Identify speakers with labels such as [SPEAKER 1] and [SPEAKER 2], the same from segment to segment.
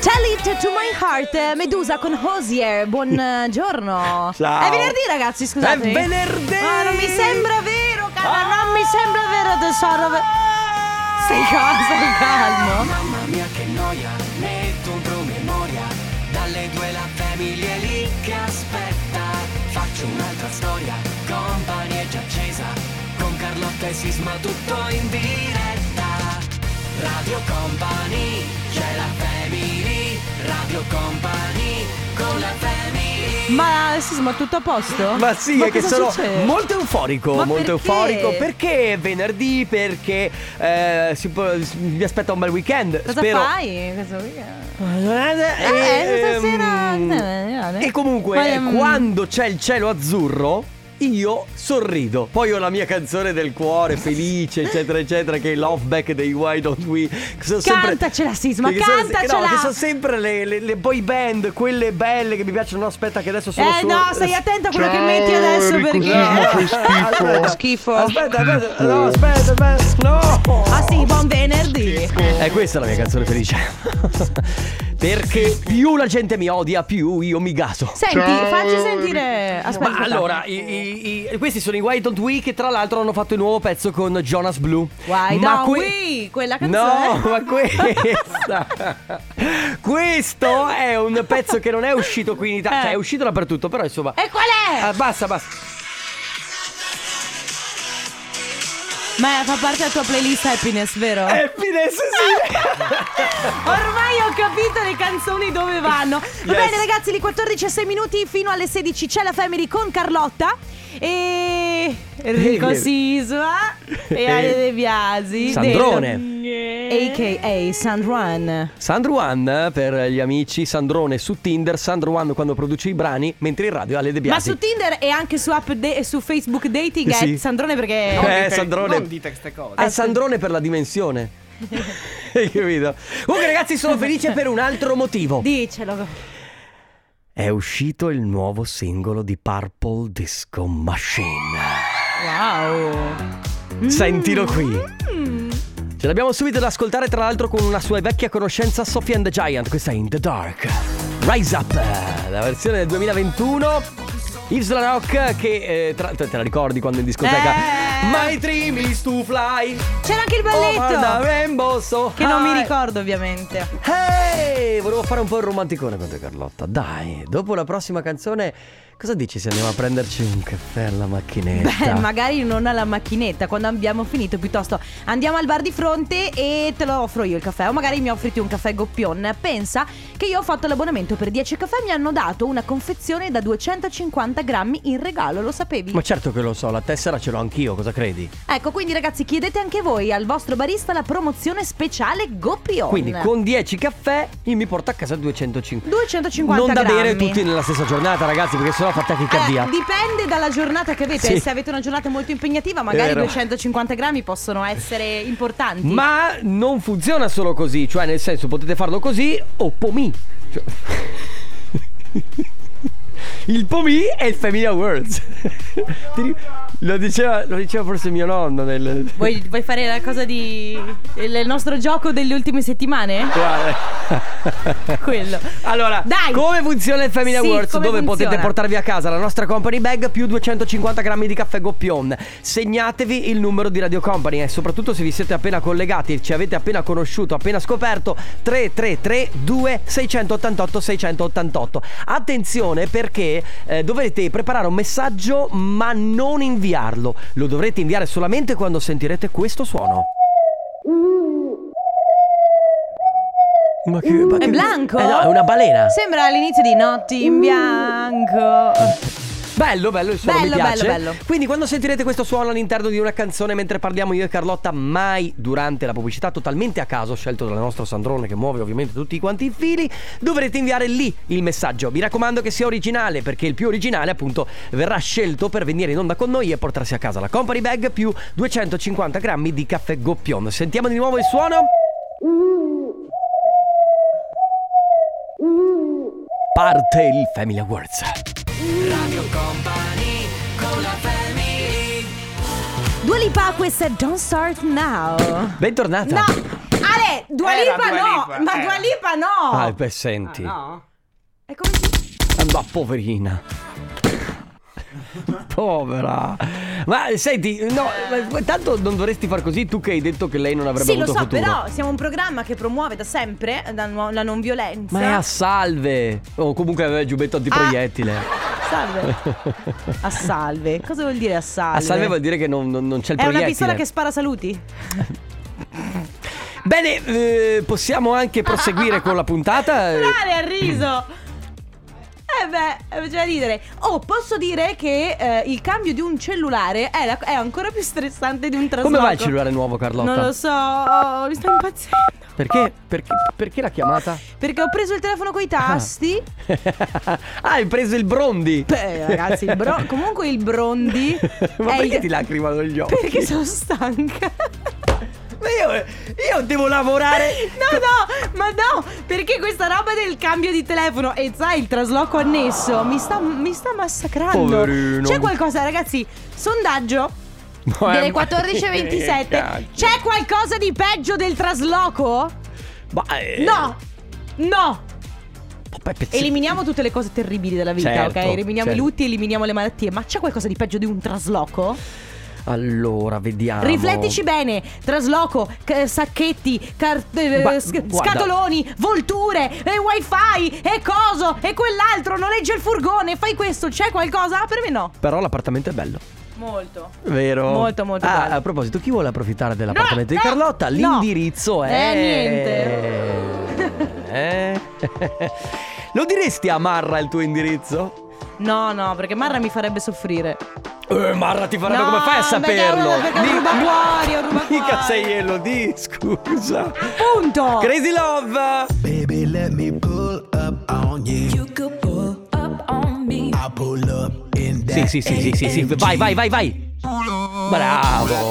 [SPEAKER 1] Tell it to my heart, eh, Medusa con Hosier. Buongiorno.
[SPEAKER 2] Ciao.
[SPEAKER 1] È venerdì, ragazzi, scusate.
[SPEAKER 2] È venerdì!
[SPEAKER 1] Ma non mi sembra vero, cara. Non mi sembra vero, tesoro. Stai calmo, stai calmo.
[SPEAKER 3] Mamma mia che noia, metto un promemoria Dalle due la famiglia è lì che aspetta Faccio un'altra storia, company è già accesa Con Carlotta e Sisma tutto in diretta Radio Company, c'è la family Radio Company, con la family
[SPEAKER 1] Ma Sisma, tutto a posto?
[SPEAKER 2] Ma sì, è che
[SPEAKER 1] cosa
[SPEAKER 2] sono
[SPEAKER 1] succede?
[SPEAKER 2] molto euforico,
[SPEAKER 1] Ma
[SPEAKER 2] molto
[SPEAKER 1] perché?
[SPEAKER 2] euforico perché è venerdì, perché eh, si può- mi aspetta un bel weekend,
[SPEAKER 1] Cosa
[SPEAKER 2] spero.
[SPEAKER 1] fai? Cosa...
[SPEAKER 2] Eh,
[SPEAKER 1] Eh, stasera-
[SPEAKER 2] ehm,
[SPEAKER 1] eh, eh,
[SPEAKER 2] E comunque,
[SPEAKER 1] poi, ehm,
[SPEAKER 2] quando c'è il cielo azzurro, io sorrido. Poi ho la mia canzone del cuore, felice, eccetera, eccetera, che è Love Back dei Why Don't We. Che sono sempre-
[SPEAKER 1] Cantacela, Sisma,
[SPEAKER 2] che sono-
[SPEAKER 1] cantacela!
[SPEAKER 2] no, che sono sempre le, le- le boy band, quelle belle che mi piacciono. No, aspetta, che adesso sono
[SPEAKER 1] Eh
[SPEAKER 2] su-
[SPEAKER 1] no, stai attento a quello che metti adesso perché... Eh,
[SPEAKER 2] Aspetta,
[SPEAKER 1] Schifo.
[SPEAKER 2] Aspetta, aspetta, no, aspetta, aspetta, no.
[SPEAKER 1] Ah sì, buon venerdì.
[SPEAKER 2] E questa è la mia canzone felice. Perché più la gente mi odia, più io mi gaso.
[SPEAKER 1] Senti, facci sentire... Aspetta,
[SPEAKER 2] Ma
[SPEAKER 1] aspetta.
[SPEAKER 2] allora, i- i- i- questi sono i Why Don't We che tra l'altro hanno fatto il nuovo pezzo con Jonas Blue.
[SPEAKER 1] Why
[SPEAKER 2] Ma
[SPEAKER 1] don't
[SPEAKER 2] que-
[SPEAKER 1] we? Quella
[SPEAKER 2] No,
[SPEAKER 1] canzone.
[SPEAKER 2] ma questa. Questo è un pezzo che non è uscito qui in Italia.
[SPEAKER 1] Eh.
[SPEAKER 2] Cioè, è uscito dappertutto, però insomma.
[SPEAKER 1] E qual è?
[SPEAKER 2] Ah, basta, basta.
[SPEAKER 1] Ma fa parte della tua playlist happiness, vero?
[SPEAKER 2] Eh, Happiness, sì.
[SPEAKER 1] Ormai ho capito le canzoni dove vanno. Va
[SPEAKER 2] Yes.
[SPEAKER 1] bene, ragazzi, le 14 e 6 minuti fino alle 16 c'è la family con Carlotta. E Enrico
[SPEAKER 2] Eh,
[SPEAKER 1] Sisma e
[SPEAKER 2] Eh.
[SPEAKER 1] Ale De Biasi
[SPEAKER 2] Sandrone.
[SPEAKER 1] del- AKA Sandrone
[SPEAKER 2] Sandruan per gli amici, Sandrone su Tinder, Sandruan quando produce i brani, mentre in radio alle De
[SPEAKER 1] Ma
[SPEAKER 2] Biasi.
[SPEAKER 1] su Tinder e anche su, app de- e su Facebook Dating
[SPEAKER 2] Sì.
[SPEAKER 1] è Sandrone perché Oh,
[SPEAKER 2] eh, Sandrone. Non dite queste cose. A Sandrone per la dimensione. Hai capito? Comunque, ragazzi, sono felice per un altro motivo.
[SPEAKER 1] Dicelo
[SPEAKER 2] È uscito il nuovo singolo di Purple Disco Machine.
[SPEAKER 1] Wow
[SPEAKER 2] Sentilo qui.
[SPEAKER 1] Mm.
[SPEAKER 2] Ce l'abbiamo subito da ascoltare, tra l'altro, con una sua vecchia conoscenza, Sophie and the Giant. Questa è In the Dark. Rise Up, la versione del 2021. Isla Rock, che eh, tra- te te la ricordi quando in discoteca?
[SPEAKER 1] Eh.
[SPEAKER 2] My dream is to fly.
[SPEAKER 1] C'era anche il
[SPEAKER 2] over the
[SPEAKER 1] balletto
[SPEAKER 2] rainbow so
[SPEAKER 1] Che non mi
[SPEAKER 2] high.
[SPEAKER 1] ricordo ovviamente
[SPEAKER 2] Hey, volevo fare un po' il romanticone con te Carlotta. Dai, dopo la prossima canzone, cosa dici se andiamo a prenderci un caffè alla macchinetta?
[SPEAKER 1] Beh, magari non alla macchinetta, quando abbiamo finito, piuttosto andiamo al bar di fronte e te lo offro io il caffè, o magari mi offriti un caffè goppion. Pensa che io ho fatto l'abbonamento per 10 caffè e mi hanno dato una confezione da 250 grammi in regalo, lo sapevi?
[SPEAKER 2] Ma certo che lo so, la tessera ce l'ho anch'io, cosa credi?
[SPEAKER 1] Ecco, quindi ragazzi chiedete anche voi al vostro barista la promozione speciale goppion.
[SPEAKER 2] Quindi con 10 caffè io mi porto a casa 250.
[SPEAKER 1] 250
[SPEAKER 2] non da
[SPEAKER 1] grammi. Eh,
[SPEAKER 2] bere tutti nella stessa giornata, ragazzi, perché sennò fa tachicardia.
[SPEAKER 1] Allora, dipende dalla giornata che avete,
[SPEAKER 2] Sì.
[SPEAKER 1] se avete una giornata molto impegnativa magari
[SPEAKER 2] Vero.
[SPEAKER 1] 250 grammi possono essere importanti.
[SPEAKER 2] Ma non funziona solo così, cioè nel senso potete farlo così o POMI. Cioè- il POMI è il Family Awards. Ti ri- lo, diceva, lo diceva forse mio nonno nel...
[SPEAKER 1] Vuoi, vuoi fare la cosa di. il il nostro gioco delle ultime settimane?
[SPEAKER 2] Guarda.
[SPEAKER 1] Quello.
[SPEAKER 2] Allora,
[SPEAKER 1] Dai.
[SPEAKER 2] come funziona il Family
[SPEAKER 1] Sì,
[SPEAKER 2] Awards?
[SPEAKER 1] come
[SPEAKER 2] Dove
[SPEAKER 1] funziona?
[SPEAKER 2] potete portarvi a casa la nostra company bag più 250 grammi di caffè Goppion. Segnatevi il numero di Radio Company e soprattutto se vi siete appena collegati e ci avete appena conosciuto, appena scoperto, 333 2688 688. Attenzione perché eh, dovrete preparare un messaggio ma non inviarlo. Lo dovrete inviare solamente quando sentirete questo suono. Ma che, ma
[SPEAKER 1] È
[SPEAKER 2] che-
[SPEAKER 1] bianco?
[SPEAKER 2] Eh no, è una balena. Mm.
[SPEAKER 1] Sembra all'inizio di Notti in
[SPEAKER 2] Eh.
[SPEAKER 1] bianco.
[SPEAKER 2] Bello, bello il suono,
[SPEAKER 1] Bello,
[SPEAKER 2] mi piace.
[SPEAKER 1] bello, bello.
[SPEAKER 2] Quindi quando sentirete questo suono all'interno di una canzone mentre parliamo io e Carlotta, mai durante la pubblicità, totalmente a caso, scelto dal nostro Sandrone che muove ovviamente tutti quanti i fili, dovrete inviare lì il messaggio. Mi raccomando che sia originale, perché il più originale appunto verrà scelto per venire in onda con noi e portarsi a casa la company bag più 250 grammi di caffè goppion. Sentiamo di nuovo il suono. Parte il Family Awards.
[SPEAKER 1] Due Lipa, questa è Don't Start Now.
[SPEAKER 2] Bentornata.
[SPEAKER 1] No! Ale, Dua
[SPEAKER 4] Era
[SPEAKER 1] Lipa
[SPEAKER 4] Dua
[SPEAKER 1] no,
[SPEAKER 4] Lipa,
[SPEAKER 1] ma
[SPEAKER 4] era.
[SPEAKER 1] Dua Lipa no.
[SPEAKER 2] Ah, beh, senti.
[SPEAKER 4] no?
[SPEAKER 1] È come se-
[SPEAKER 2] Eh, Ma poverina. Povera. Ma senti, no, ma tanto non dovresti far così tu che hai detto che lei non avrebbe
[SPEAKER 1] Sì, lo
[SPEAKER 2] avuto
[SPEAKER 1] so,
[SPEAKER 2] futuro.
[SPEAKER 1] però siamo un programma che promuove da sempre la, nu- la non violenza.
[SPEAKER 2] Ma è a salve. O comunque aveva il giubbetto antiproiettile.
[SPEAKER 1] Ah. Salve. A salve. Cosa vuol dire a salve?
[SPEAKER 2] A salve vuol dire che non, non- non c'è il
[SPEAKER 1] È una
[SPEAKER 2] proiettile.
[SPEAKER 1] pistola che spara saluti?
[SPEAKER 2] Bene, eh, possiamo anche proseguire con la puntata. Eh,
[SPEAKER 1] Urlare al riso! Eh beh, faceva ridere. Oh, posso dire che eh, il cambio di un cellulare è, la- è ancora più stressante di un trasloco.
[SPEAKER 2] Come va il cellulare nuovo, Carlotta?
[SPEAKER 1] Non lo so, oh, mi sto impazzendo.
[SPEAKER 2] Perché? Perché, perché la chiamata?
[SPEAKER 1] Perché ho preso il telefono coi tasti.
[SPEAKER 2] ah, hai preso il brondi.
[SPEAKER 1] Beh, ragazzi, il bro- comunque il brondi
[SPEAKER 2] Ma
[SPEAKER 1] è
[SPEAKER 2] perché
[SPEAKER 1] il-
[SPEAKER 2] ti lacrimano gli occhi?
[SPEAKER 1] Perché sono stanca.
[SPEAKER 2] Ma io, io devo lavorare.
[SPEAKER 1] No, no, ma no, perché questa roba del cambio di telefono e sai il trasloco annesso mi sta, mi sta massacrando.
[SPEAKER 2] Poverino. Eh,
[SPEAKER 1] C'è qualcosa, ragazzi, sondaggio delle 14.27. C'è qualcosa di peggio del trasloco?
[SPEAKER 2] Ma, eh,
[SPEAKER 1] No, no.
[SPEAKER 2] vabbè, pezzi-
[SPEAKER 1] Eliminiamo tutte le cose terribili della vita,
[SPEAKER 2] Certo,
[SPEAKER 1] ok? Eliminiamo
[SPEAKER 2] certo.
[SPEAKER 1] i lutti, eliminiamo le malattie, ma c'è qualcosa di peggio di un trasloco?
[SPEAKER 2] Allora, vediamo.
[SPEAKER 1] Riflettici bene, trasloco, c- sacchetti, car- eh,
[SPEAKER 2] Gua-
[SPEAKER 1] sc-
[SPEAKER 2] guarda.
[SPEAKER 1] scatoloni, volture, e wifi, e coso, e quell'altro, noleggia il furgone, fai questo, c'è qualcosa? Ah, Per me no.
[SPEAKER 2] Però l'appartamento è bello.
[SPEAKER 1] Molto.
[SPEAKER 2] Vero?
[SPEAKER 1] Molto, molto
[SPEAKER 2] Ah,
[SPEAKER 1] bello.
[SPEAKER 2] a proposito, chi vuole approfittare dell'appartamento
[SPEAKER 1] no,
[SPEAKER 2] di Carlotta?
[SPEAKER 1] no.
[SPEAKER 2] L'indirizzo è.
[SPEAKER 1] Eh,
[SPEAKER 2] niente. Lo diresti a Marra il tuo indirizzo?
[SPEAKER 1] No, no, perché Marra mi farebbe soffrire.
[SPEAKER 2] Eh, Marra ti farebbe
[SPEAKER 1] No,
[SPEAKER 2] come fai a
[SPEAKER 1] perché-
[SPEAKER 2] saperlo?
[SPEAKER 1] perché è un
[SPEAKER 2] Di-
[SPEAKER 1] rubacuori, è un rubacuori.
[SPEAKER 2] Mica sei Elodie, scusa.
[SPEAKER 1] Punto!
[SPEAKER 2] Crazy Love.
[SPEAKER 5] Baby, let me pull up on you.
[SPEAKER 6] You could pull up on me.
[SPEAKER 5] I pull up in
[SPEAKER 2] Sì,
[SPEAKER 5] that.
[SPEAKER 2] sì, sì, sì, sì, sì, vai, vai, vai, vai. Bravo.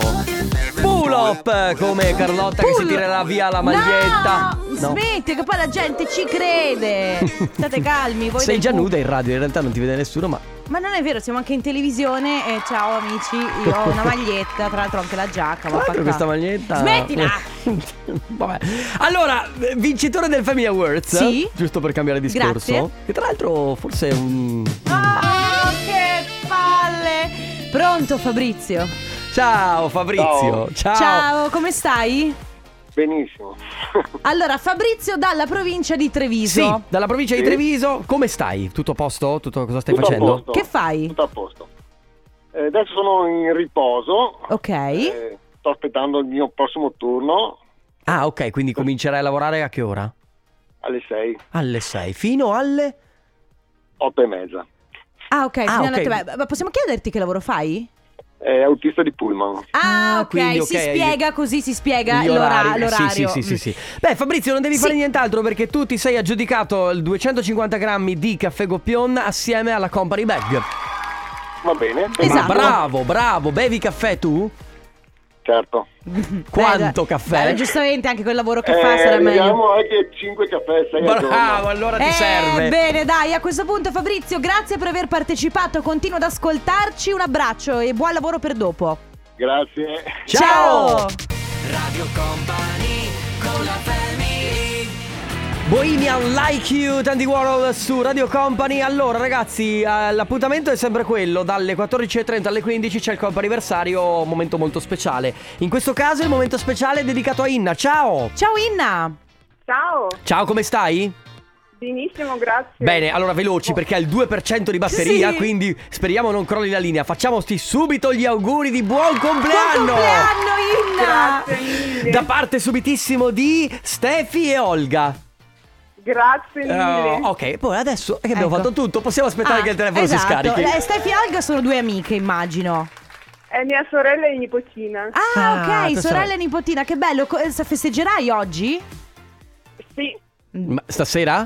[SPEAKER 2] Pull up come Carlotta che si
[SPEAKER 1] Pull-
[SPEAKER 2] tirerà via la maglietta.
[SPEAKER 1] No, smetti che poi la gente ci crede. State calmi, voi
[SPEAKER 2] Sei
[SPEAKER 1] del
[SPEAKER 2] già
[SPEAKER 1] pubblico.
[SPEAKER 2] nuda in radio, in realtà non ti vede nessuno, ma
[SPEAKER 1] Ma non è vero, siamo anche in televisione. eh, ciao amici, io ho una maglietta, tra l'altro anche la giacca.
[SPEAKER 2] tra
[SPEAKER 1] Ma
[SPEAKER 2] l'altro questa maglietta. Eh.
[SPEAKER 1] Smettila!
[SPEAKER 2] Vabbè. Allora, eh, vincitore del Family Awards.
[SPEAKER 1] Sì.
[SPEAKER 2] Giusto per cambiare discorso.
[SPEAKER 1] Grazie.
[SPEAKER 2] Che tra l'altro forse è un.
[SPEAKER 1] Ah, che palle! Pronto Fabrizio?
[SPEAKER 2] Ciao Fabrizio. Ciao.
[SPEAKER 1] Ciao, come stai?
[SPEAKER 7] Benissimo.
[SPEAKER 1] Allora, Fabrizio dalla provincia di
[SPEAKER 2] Sì,
[SPEAKER 1] Treviso.
[SPEAKER 2] dalla provincia di
[SPEAKER 7] Sì.
[SPEAKER 2] Treviso, come stai? Tutto a posto? Tutto cosa stai
[SPEAKER 7] Tutto a
[SPEAKER 2] facendo?
[SPEAKER 7] posto.
[SPEAKER 1] Che fai?
[SPEAKER 7] Tutto a posto. Eh, adesso sono in riposo.
[SPEAKER 1] Ok.
[SPEAKER 7] Eh, sto aspettando il mio prossimo turno
[SPEAKER 2] Ah, ok, quindi comincerai a lavorare a che ora?
[SPEAKER 7] alle 6,
[SPEAKER 2] Alle 6 fino alle
[SPEAKER 7] 8 e mezza.
[SPEAKER 1] Ah, ok,
[SPEAKER 2] Ah,
[SPEAKER 1] fino alle
[SPEAKER 2] ok.
[SPEAKER 1] otto e mezza. Ma possiamo chiederti che lavoro fai?
[SPEAKER 7] È autista di Pullman.
[SPEAKER 1] Ah,
[SPEAKER 2] Ah,
[SPEAKER 1] ok,
[SPEAKER 2] quindi,
[SPEAKER 1] si
[SPEAKER 2] ok,
[SPEAKER 1] spiega così, si spiega
[SPEAKER 2] gli
[SPEAKER 1] l'ora-
[SPEAKER 2] orari. Eh,
[SPEAKER 1] l'orario.
[SPEAKER 2] Sì, sì, sì, sì,
[SPEAKER 1] Mm.
[SPEAKER 2] sì. Beh, Fabrizio, non devi
[SPEAKER 1] Sì.
[SPEAKER 2] fare nient'altro perché tu ti sei aggiudicato il 250 grammi di caffè Goppion assieme alla Company Bag.
[SPEAKER 7] Va bene?
[SPEAKER 1] Esatto.
[SPEAKER 2] Ma bravo, bravo, bevi caffè tu?
[SPEAKER 7] Certo.
[SPEAKER 2] Quanto
[SPEAKER 1] Mm. Beh,
[SPEAKER 2] caffè?
[SPEAKER 1] beh, giustamente anche quel lavoro che
[SPEAKER 7] Eh,
[SPEAKER 1] fa sarà meglio.
[SPEAKER 7] vediamo anche 5 caffè, 6 al
[SPEAKER 2] Bravo,
[SPEAKER 7] giorno.
[SPEAKER 2] allora ti
[SPEAKER 1] Eh,
[SPEAKER 2] serve.
[SPEAKER 1] Bene, dai, a questo punto Fabrizio, grazie per aver partecipato, continua ad ascoltarci, un abbraccio e buon lavoro per dopo.
[SPEAKER 7] Grazie.
[SPEAKER 2] Ciao! Bohemian Like You, Tandy Warhol su Radio Company. Allora, ragazzi, eh, l'appuntamento è sempre quello: dalle 14.30 alle 15 c'è il comp anniversario, momento molto speciale. In questo caso il momento speciale è dedicato a Inna. Ciao!
[SPEAKER 1] Ciao Inna!
[SPEAKER 8] Ciao,
[SPEAKER 2] Ciao, come stai?
[SPEAKER 8] benissimo, grazie.
[SPEAKER 2] Bene, allora veloci perché ha il 2% di batteria,
[SPEAKER 1] Sì.
[SPEAKER 2] quindi speriamo non crolli la linea. Facciamoci subito gli auguri di buon compleanno!
[SPEAKER 1] Buon compleanno Inna!
[SPEAKER 8] Grazie mille.
[SPEAKER 2] Da parte subitissimo di Steffi e Olga.
[SPEAKER 8] Grazie mille.
[SPEAKER 2] Eh, ok, poi adesso che abbiamo
[SPEAKER 1] Ecco.
[SPEAKER 2] fatto tutto, possiamo aspettare
[SPEAKER 1] Ah,
[SPEAKER 2] che il telefono
[SPEAKER 1] esatto.
[SPEAKER 2] si scarichi.
[SPEAKER 1] Eh, Steffi e Olga sono due amiche, immagino.
[SPEAKER 8] È mia sorella e nipotina.
[SPEAKER 1] Ah,
[SPEAKER 2] Ah,
[SPEAKER 1] ok,
[SPEAKER 2] tua
[SPEAKER 1] sorella
[SPEAKER 2] sorella.
[SPEAKER 1] e nipotina, che bello. Co- eh, festeggerai oggi?
[SPEAKER 8] Sì,
[SPEAKER 2] Ma stasera?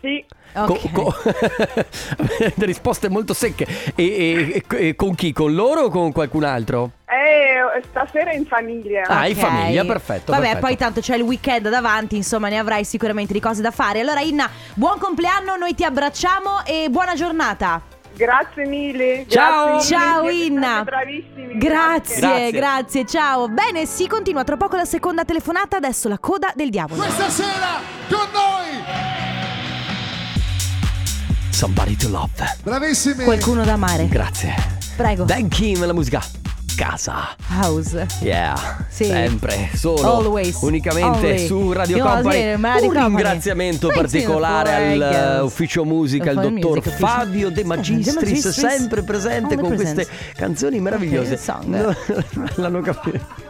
[SPEAKER 8] sì,
[SPEAKER 1] Ok.
[SPEAKER 2] Co- co- risposte molto secche. E, e- e- e con chi? Con loro o con qualcun altro?
[SPEAKER 8] è stasera in famiglia.
[SPEAKER 2] Ah, in
[SPEAKER 1] Ok.
[SPEAKER 2] famiglia, perfetto.
[SPEAKER 1] Vabbè,
[SPEAKER 2] perfetto.
[SPEAKER 1] poi tanto c'è il weekend davanti, insomma, ne avrai sicuramente di cose da fare. Allora, Inna, buon compleanno, noi ti abbracciamo e buona giornata.
[SPEAKER 8] Grazie mille.
[SPEAKER 2] Ciao.
[SPEAKER 1] Oh,
[SPEAKER 8] grazie mille,
[SPEAKER 1] Ciao,
[SPEAKER 8] siete
[SPEAKER 1] Inna.
[SPEAKER 8] stati Bravissimi.
[SPEAKER 1] Grazie, grazie,
[SPEAKER 2] Grazie.
[SPEAKER 1] ciao. Bene, si continua tra poco la seconda telefonata, adesso la coda del diavolo.
[SPEAKER 4] sera con noi
[SPEAKER 2] Somebody to love.
[SPEAKER 4] bravissimi
[SPEAKER 1] Qualcuno da amare.
[SPEAKER 2] Grazie.
[SPEAKER 1] Prego.
[SPEAKER 2] Dan Kim, la musica. Casa.
[SPEAKER 1] House.
[SPEAKER 2] Yeah,
[SPEAKER 1] Sì.
[SPEAKER 2] sempre, solo,
[SPEAKER 1] Always.
[SPEAKER 2] unicamente
[SPEAKER 1] Always.
[SPEAKER 2] su Radio
[SPEAKER 1] Io voglio dire,
[SPEAKER 2] Company.
[SPEAKER 1] ma Radio
[SPEAKER 2] Un
[SPEAKER 1] Company.
[SPEAKER 2] ringraziamento
[SPEAKER 1] Thanks
[SPEAKER 2] particolare
[SPEAKER 1] to the Flag. eh,
[SPEAKER 2] all'ufficio musica, il
[SPEAKER 1] Flag
[SPEAKER 2] dottor
[SPEAKER 1] Music Official.
[SPEAKER 2] Fabio De
[SPEAKER 1] De
[SPEAKER 2] Magistris,
[SPEAKER 1] Magistris.
[SPEAKER 2] sempre presente
[SPEAKER 1] Only
[SPEAKER 2] con queste
[SPEAKER 1] presence.
[SPEAKER 2] canzoni meravigliose.
[SPEAKER 1] Ok, song.
[SPEAKER 2] No, L'hanno capito.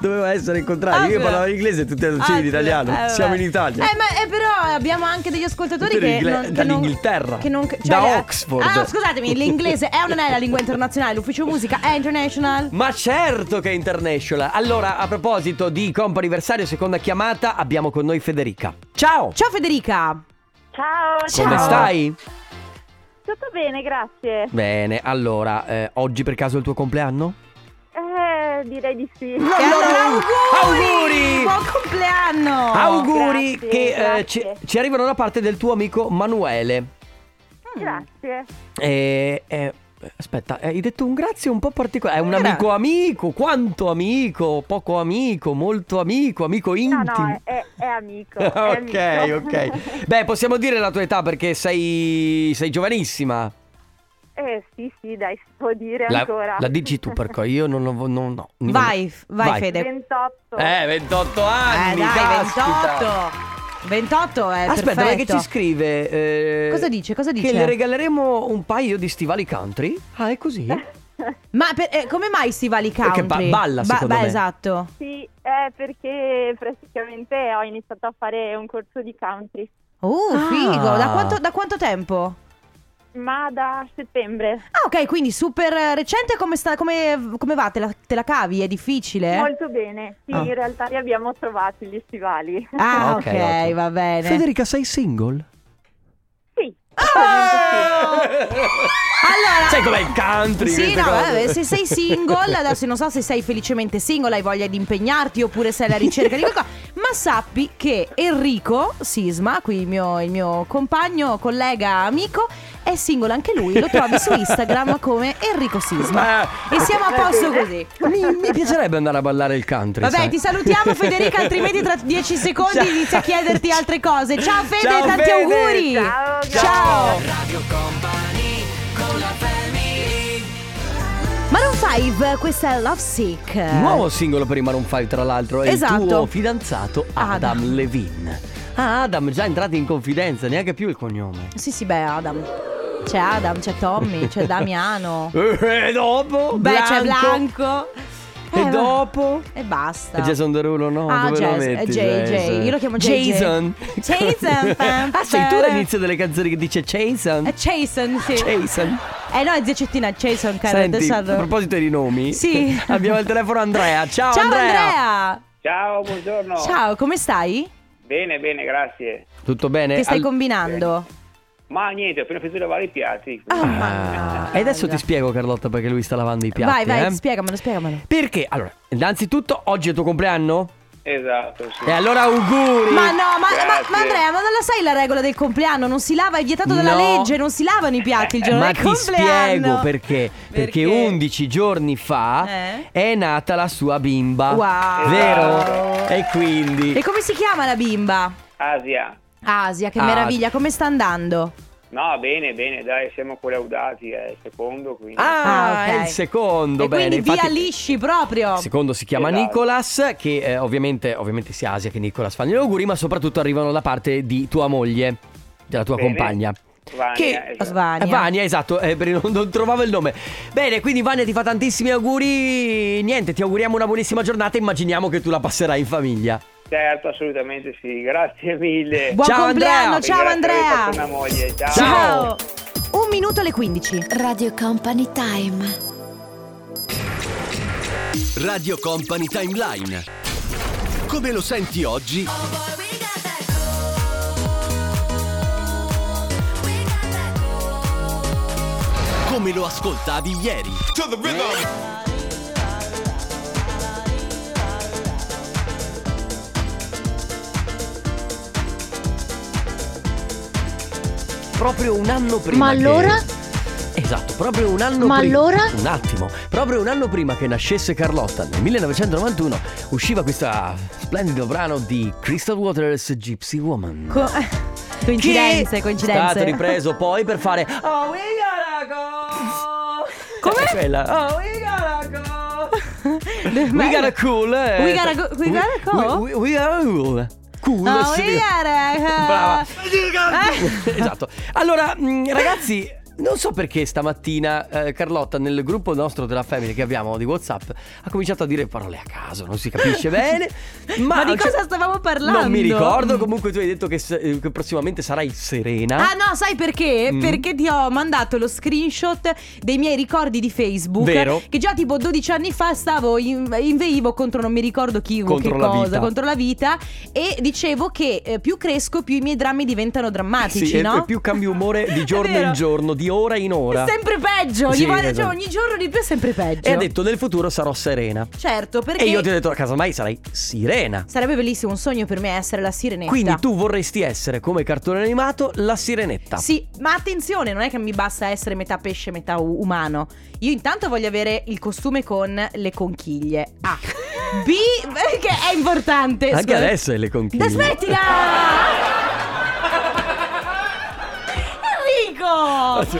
[SPEAKER 2] Doveva essere il contrario. Io
[SPEAKER 1] Ah,
[SPEAKER 2] parlavo
[SPEAKER 1] sì.
[SPEAKER 2] in inglese e tu te lo
[SPEAKER 1] Ah,
[SPEAKER 2] dicevi in
[SPEAKER 1] sì. Eh,
[SPEAKER 2] italiano.
[SPEAKER 1] vabbè.
[SPEAKER 2] Siamo in Italia.
[SPEAKER 1] Eh, ma eh, però abbiamo anche degli ascoltatori
[SPEAKER 2] Tutti
[SPEAKER 1] che,
[SPEAKER 2] ingle-
[SPEAKER 1] non, che
[SPEAKER 2] dall'Inghilterra,
[SPEAKER 1] non- che non- cioè,
[SPEAKER 2] da
[SPEAKER 1] eh,
[SPEAKER 2] Oxford.
[SPEAKER 1] Ah, no, scusatemi, l'inglese è o non è la lingua internazionale? L'ufficio musica è international?
[SPEAKER 2] Ma certo che è international. Allora, a proposito di comp'anniversario, seconda chiamata, abbiamo con noi Federica. Ciao!
[SPEAKER 1] Ciao Federica!
[SPEAKER 9] Ciao,
[SPEAKER 2] Come stai?
[SPEAKER 9] Tutto bene, grazie.
[SPEAKER 2] Bene, allora, eh, oggi per caso è il tuo compleanno?
[SPEAKER 9] Eh, direi di sì.
[SPEAKER 2] Ah.
[SPEAKER 1] E allora
[SPEAKER 2] auguri!
[SPEAKER 1] Buon compleanno!
[SPEAKER 2] Auguri
[SPEAKER 9] Oh, Grazie,
[SPEAKER 2] che eh,
[SPEAKER 9] grazie.
[SPEAKER 2] ci, ci arrivano da parte del tuo amico Manuele.
[SPEAKER 9] Grazie.
[SPEAKER 2] Eh, eh, aspetta, eh, hai detto un grazie un po' particolare. È un
[SPEAKER 1] Gra-
[SPEAKER 2] amico amico, quanto amico, poco amico, molto amico, amico
[SPEAKER 9] No,
[SPEAKER 2] intimo.
[SPEAKER 9] no, è, è amico. è
[SPEAKER 2] ok,
[SPEAKER 9] amico.
[SPEAKER 2] ok. Beh, possiamo dire la tua età perché sei, sei giovanissima.
[SPEAKER 9] eh, sì, sì, dai, si può dire
[SPEAKER 2] La,
[SPEAKER 9] ancora.
[SPEAKER 2] la dici tu perché io non lo vo- non- no.
[SPEAKER 1] Vai, f- vai,
[SPEAKER 2] Vai.
[SPEAKER 1] Fede.
[SPEAKER 9] 28.
[SPEAKER 2] Eh, 28 anni,
[SPEAKER 1] eh, dai,
[SPEAKER 2] caspita.
[SPEAKER 1] 28! 28 è
[SPEAKER 2] Aspetta,
[SPEAKER 1] perfetto.
[SPEAKER 2] perché ci scrive eh,
[SPEAKER 1] Cosa dice? Cosa dice?
[SPEAKER 2] Che le regaleremo un paio di stivali country. Ah, è così?
[SPEAKER 1] Ma per- eh, come mai si va lì country?
[SPEAKER 2] Perché ba- balla, secondo
[SPEAKER 1] beh,
[SPEAKER 2] me.
[SPEAKER 1] esatto.
[SPEAKER 9] Sì, eh, perché praticamente ho iniziato a fare un corso di country,
[SPEAKER 1] Uh,
[SPEAKER 2] Ah.
[SPEAKER 1] figo! Da quanto, da quanto tempo?
[SPEAKER 9] ma da settembre.
[SPEAKER 1] Ah, ok, quindi super eh, recente. Come, sta, come, come va? Te la, te la cavi? È difficile?
[SPEAKER 9] Molto bene. Sì,
[SPEAKER 2] Ah.
[SPEAKER 9] in realtà li abbiamo trovati gli stivali.
[SPEAKER 1] Ah, ok,
[SPEAKER 2] Ok, ottimo.
[SPEAKER 1] va bene. Ah,
[SPEAKER 2] Federica, sei single?
[SPEAKER 9] sì.
[SPEAKER 2] Ah!
[SPEAKER 1] Allora,
[SPEAKER 2] Sai com'è il country?
[SPEAKER 1] Sì,
[SPEAKER 2] queste
[SPEAKER 1] no,
[SPEAKER 2] cose?
[SPEAKER 1] vabbè, se sei single, adesso non so se sei felicemente single, hai voglia di impegnarti oppure sei alla ricerca di qualcosa, ma sappi che Enrico Sisma, qui il mio, il mio compagno, collega, amico, è single anche lui, lo trovi su Instagram come Enrico Sisma.
[SPEAKER 2] Eh,
[SPEAKER 1] E siamo a posto così.
[SPEAKER 2] Mi, mi piacerebbe andare a ballare il country.
[SPEAKER 1] Vabbè,
[SPEAKER 2] sai.
[SPEAKER 1] ti salutiamo Federica, altrimenti tra 10 secondi
[SPEAKER 2] Ciao.
[SPEAKER 1] inizia a chiederti altre cose. Ciao Fede,
[SPEAKER 2] Ciao,
[SPEAKER 1] tanti
[SPEAKER 2] Fede.
[SPEAKER 1] auguri!
[SPEAKER 9] Ciao, grazie.
[SPEAKER 1] Ciao.
[SPEAKER 3] Radio Company con la family
[SPEAKER 1] Maroon 5, questa è Love Sick.
[SPEAKER 2] Nuovo singolo per i Maroon 5 tra l'altro è
[SPEAKER 1] Eh. Esatto.
[SPEAKER 2] il tuo fidanzato Adam,
[SPEAKER 1] Adam.
[SPEAKER 2] Levine. Ah, Adam già entrato in confidenza, neanche più il cognome.
[SPEAKER 1] Sì, sì, beh, Adam. C'è Adam, c'è Tommy, c'è Damiano.
[SPEAKER 2] E Eh, dopo?
[SPEAKER 1] Beh, c'è Blanco. Eh,
[SPEAKER 2] E
[SPEAKER 1] va-
[SPEAKER 2] dopo?
[SPEAKER 1] E basta.
[SPEAKER 2] E Jason Derulo no,
[SPEAKER 1] Ah,
[SPEAKER 2] dove lo
[SPEAKER 1] Jas-
[SPEAKER 2] metti?
[SPEAKER 1] JJ. Io lo chiamo JJ.
[SPEAKER 2] Jason.
[SPEAKER 1] Jason, pam,
[SPEAKER 2] ah, sei tu
[SPEAKER 1] pam.
[SPEAKER 2] all'inizio delle canzoni che dice Jason.
[SPEAKER 1] Eh, Jason, sì.
[SPEAKER 2] Jason.
[SPEAKER 1] Eh no, è ziccettina, Jason, caro.
[SPEAKER 2] Senti,
[SPEAKER 1] adesso
[SPEAKER 2] a
[SPEAKER 1] arro-
[SPEAKER 2] proposito di nomi,
[SPEAKER 1] Sì.
[SPEAKER 2] abbiamo al telefono Andrea. Ciao,
[SPEAKER 1] Ciao
[SPEAKER 2] Andrea.
[SPEAKER 1] Andrea.
[SPEAKER 10] Ciao, buongiorno.
[SPEAKER 1] Ciao, come stai?
[SPEAKER 10] Bene, bene, grazie.
[SPEAKER 2] Tutto bene?
[SPEAKER 1] che stai
[SPEAKER 2] Al-
[SPEAKER 1] combinando?
[SPEAKER 10] Ma niente, ho appena finito di lavare i piatti.
[SPEAKER 1] Ah,
[SPEAKER 2] Ah,
[SPEAKER 1] mannaggia.
[SPEAKER 2] e adesso ti spiego Carlotta perché lui sta lavando i piatti.
[SPEAKER 1] Vai, vai,
[SPEAKER 2] eh.
[SPEAKER 1] spiegamelo, spiegamelo.
[SPEAKER 2] Perché? Allora, innanzitutto oggi è il tuo compleanno?
[SPEAKER 10] Esatto, sì.
[SPEAKER 2] E allora auguri!
[SPEAKER 1] Ma no, ma, ma-
[SPEAKER 10] Grazie.
[SPEAKER 1] ma Andrea, ma non la sai la regola del compleanno? Non si lava, è vietato dalla
[SPEAKER 2] No.
[SPEAKER 1] legge, non si lavano i piatti il giorno
[SPEAKER 2] Ma
[SPEAKER 1] del
[SPEAKER 2] ti
[SPEAKER 1] compleanno.
[SPEAKER 2] spiego perché. Perché
[SPEAKER 1] Perché?
[SPEAKER 2] 11 giorni fa
[SPEAKER 1] Eh?
[SPEAKER 2] è nata la sua bimba.
[SPEAKER 1] Wow.
[SPEAKER 2] Vero? E quindi...
[SPEAKER 1] E come si chiama la bimba?
[SPEAKER 10] Asia.
[SPEAKER 1] Asia, che
[SPEAKER 2] Ah.
[SPEAKER 1] meraviglia, come sta andando?
[SPEAKER 10] No, bene, bene, dai, siamo collaudati, è eh, il secondo, quindi.
[SPEAKER 2] Ah,
[SPEAKER 1] Ah,
[SPEAKER 2] è
[SPEAKER 1] ok.
[SPEAKER 2] il secondo.
[SPEAKER 1] e
[SPEAKER 2] bene,
[SPEAKER 1] quindi via
[SPEAKER 2] infatti-
[SPEAKER 1] lisci proprio.
[SPEAKER 2] Il secondo si chiama
[SPEAKER 10] Esatto.
[SPEAKER 2] Nicolas, che eh, ovviamente, ovviamente sia Asia che Nicolas fanno gli auguri, ma soprattutto arrivano da parte di tua moglie, della tua
[SPEAKER 10] Bene.
[SPEAKER 2] compagna.
[SPEAKER 10] Vania,
[SPEAKER 2] che-
[SPEAKER 10] esatto.
[SPEAKER 1] Svania.
[SPEAKER 2] Eh, Vania, esatto, eh, per- non, non trovavo il nome. Bene, quindi Vania ti fa tantissimi auguri. Niente, ti auguriamo una buonissima giornata. Immaginiamo che tu la passerai in famiglia.
[SPEAKER 10] Certo, assolutamente sì. Grazie mille.
[SPEAKER 1] Buon
[SPEAKER 2] Ciao,
[SPEAKER 1] compleanno,
[SPEAKER 2] Andrea.
[SPEAKER 1] ciao Andrea.
[SPEAKER 10] Una moglie. Ciao.
[SPEAKER 2] Ciao.
[SPEAKER 1] Un minuto alle 15.
[SPEAKER 11] Radio Company Time.
[SPEAKER 3] Radio Company Timeline Come lo senti oggi? Come lo ascoltavi ieri?
[SPEAKER 2] Proprio un anno prima. Ma allora? Esatto, proprio un anno
[SPEAKER 12] Ma
[SPEAKER 2] prima.
[SPEAKER 12] allora?
[SPEAKER 2] Un attimo, proprio un anno prima che nascesse Carlotta, nel 1991, usciva questo splendido brano di Crystal Waters Gypsy Woman.
[SPEAKER 1] Co- coincidenze, coincidenze.
[SPEAKER 2] È stato ripreso poi per fare. Oh, we
[SPEAKER 1] Come?
[SPEAKER 2] Quella. Oh, we
[SPEAKER 1] Beh,
[SPEAKER 2] We gotta cool. eh.
[SPEAKER 1] We gotta go- we gotta go?
[SPEAKER 2] We, we- we gotta cool. Cool.
[SPEAKER 1] Oh,
[SPEAKER 2] sì.
[SPEAKER 1] we gotta go.
[SPEAKER 2] Brava.
[SPEAKER 1] Eh.
[SPEAKER 2] esatto. Allora, mh, ragazzi. Non so perché stamattina eh, Carlotta nel gruppo nostro della Family che abbiamo di Whatsapp ha cominciato a dire parole a caso, non si capisce bene. Ma,
[SPEAKER 1] Ma di
[SPEAKER 2] a un cer-
[SPEAKER 1] cosa stavamo parlando?
[SPEAKER 2] Non mi ricordo, comunque tu hai detto che, se- che prossimamente sarai serena.
[SPEAKER 1] Ah no, sai perché?
[SPEAKER 2] Mm.
[SPEAKER 1] Perché ti ho mandato lo screenshot dei miei ricordi di Facebook.
[SPEAKER 2] Vero.
[SPEAKER 1] Che già tipo 12 anni fa stavo in, inveivo contro non mi ricordo chi o
[SPEAKER 2] Contro
[SPEAKER 1] che
[SPEAKER 2] la
[SPEAKER 1] cosa,
[SPEAKER 2] vita.
[SPEAKER 1] contro la vita. E dicevo che eh, più cresco, più i miei drammi diventano drammatici,
[SPEAKER 2] Sì, e-
[SPEAKER 1] no?
[SPEAKER 2] e più cambi umore di
[SPEAKER 1] È
[SPEAKER 2] giorno
[SPEAKER 1] vero.
[SPEAKER 2] in giorno, di ora in ora.
[SPEAKER 1] Sempre peggio. Ogni,
[SPEAKER 2] Sì,
[SPEAKER 1] volta-
[SPEAKER 2] esatto.
[SPEAKER 1] cioè, ogni giorno di più è sempre peggio.
[SPEAKER 2] E ha detto nel futuro sarò serena.
[SPEAKER 1] Certo, perché
[SPEAKER 2] E io ti ho detto a casa mai sarai sirena.
[SPEAKER 1] sarebbe bellissimo un sogno per me essere la sirenetta.
[SPEAKER 2] Quindi tu vorresti essere come cartone animato la sirenetta.
[SPEAKER 1] Sì, ma attenzione, non è che mi basta essere metà pesce, metà u- umano. Io intanto voglio avere il costume con le conchiglie. A. B, perché è importante.
[SPEAKER 2] Anche
[SPEAKER 1] scusa.
[SPEAKER 2] adesso è le conchiglie.
[SPEAKER 1] Dai, smettila!
[SPEAKER 2] Ah,
[SPEAKER 1] Enrico!
[SPEAKER 2] sì,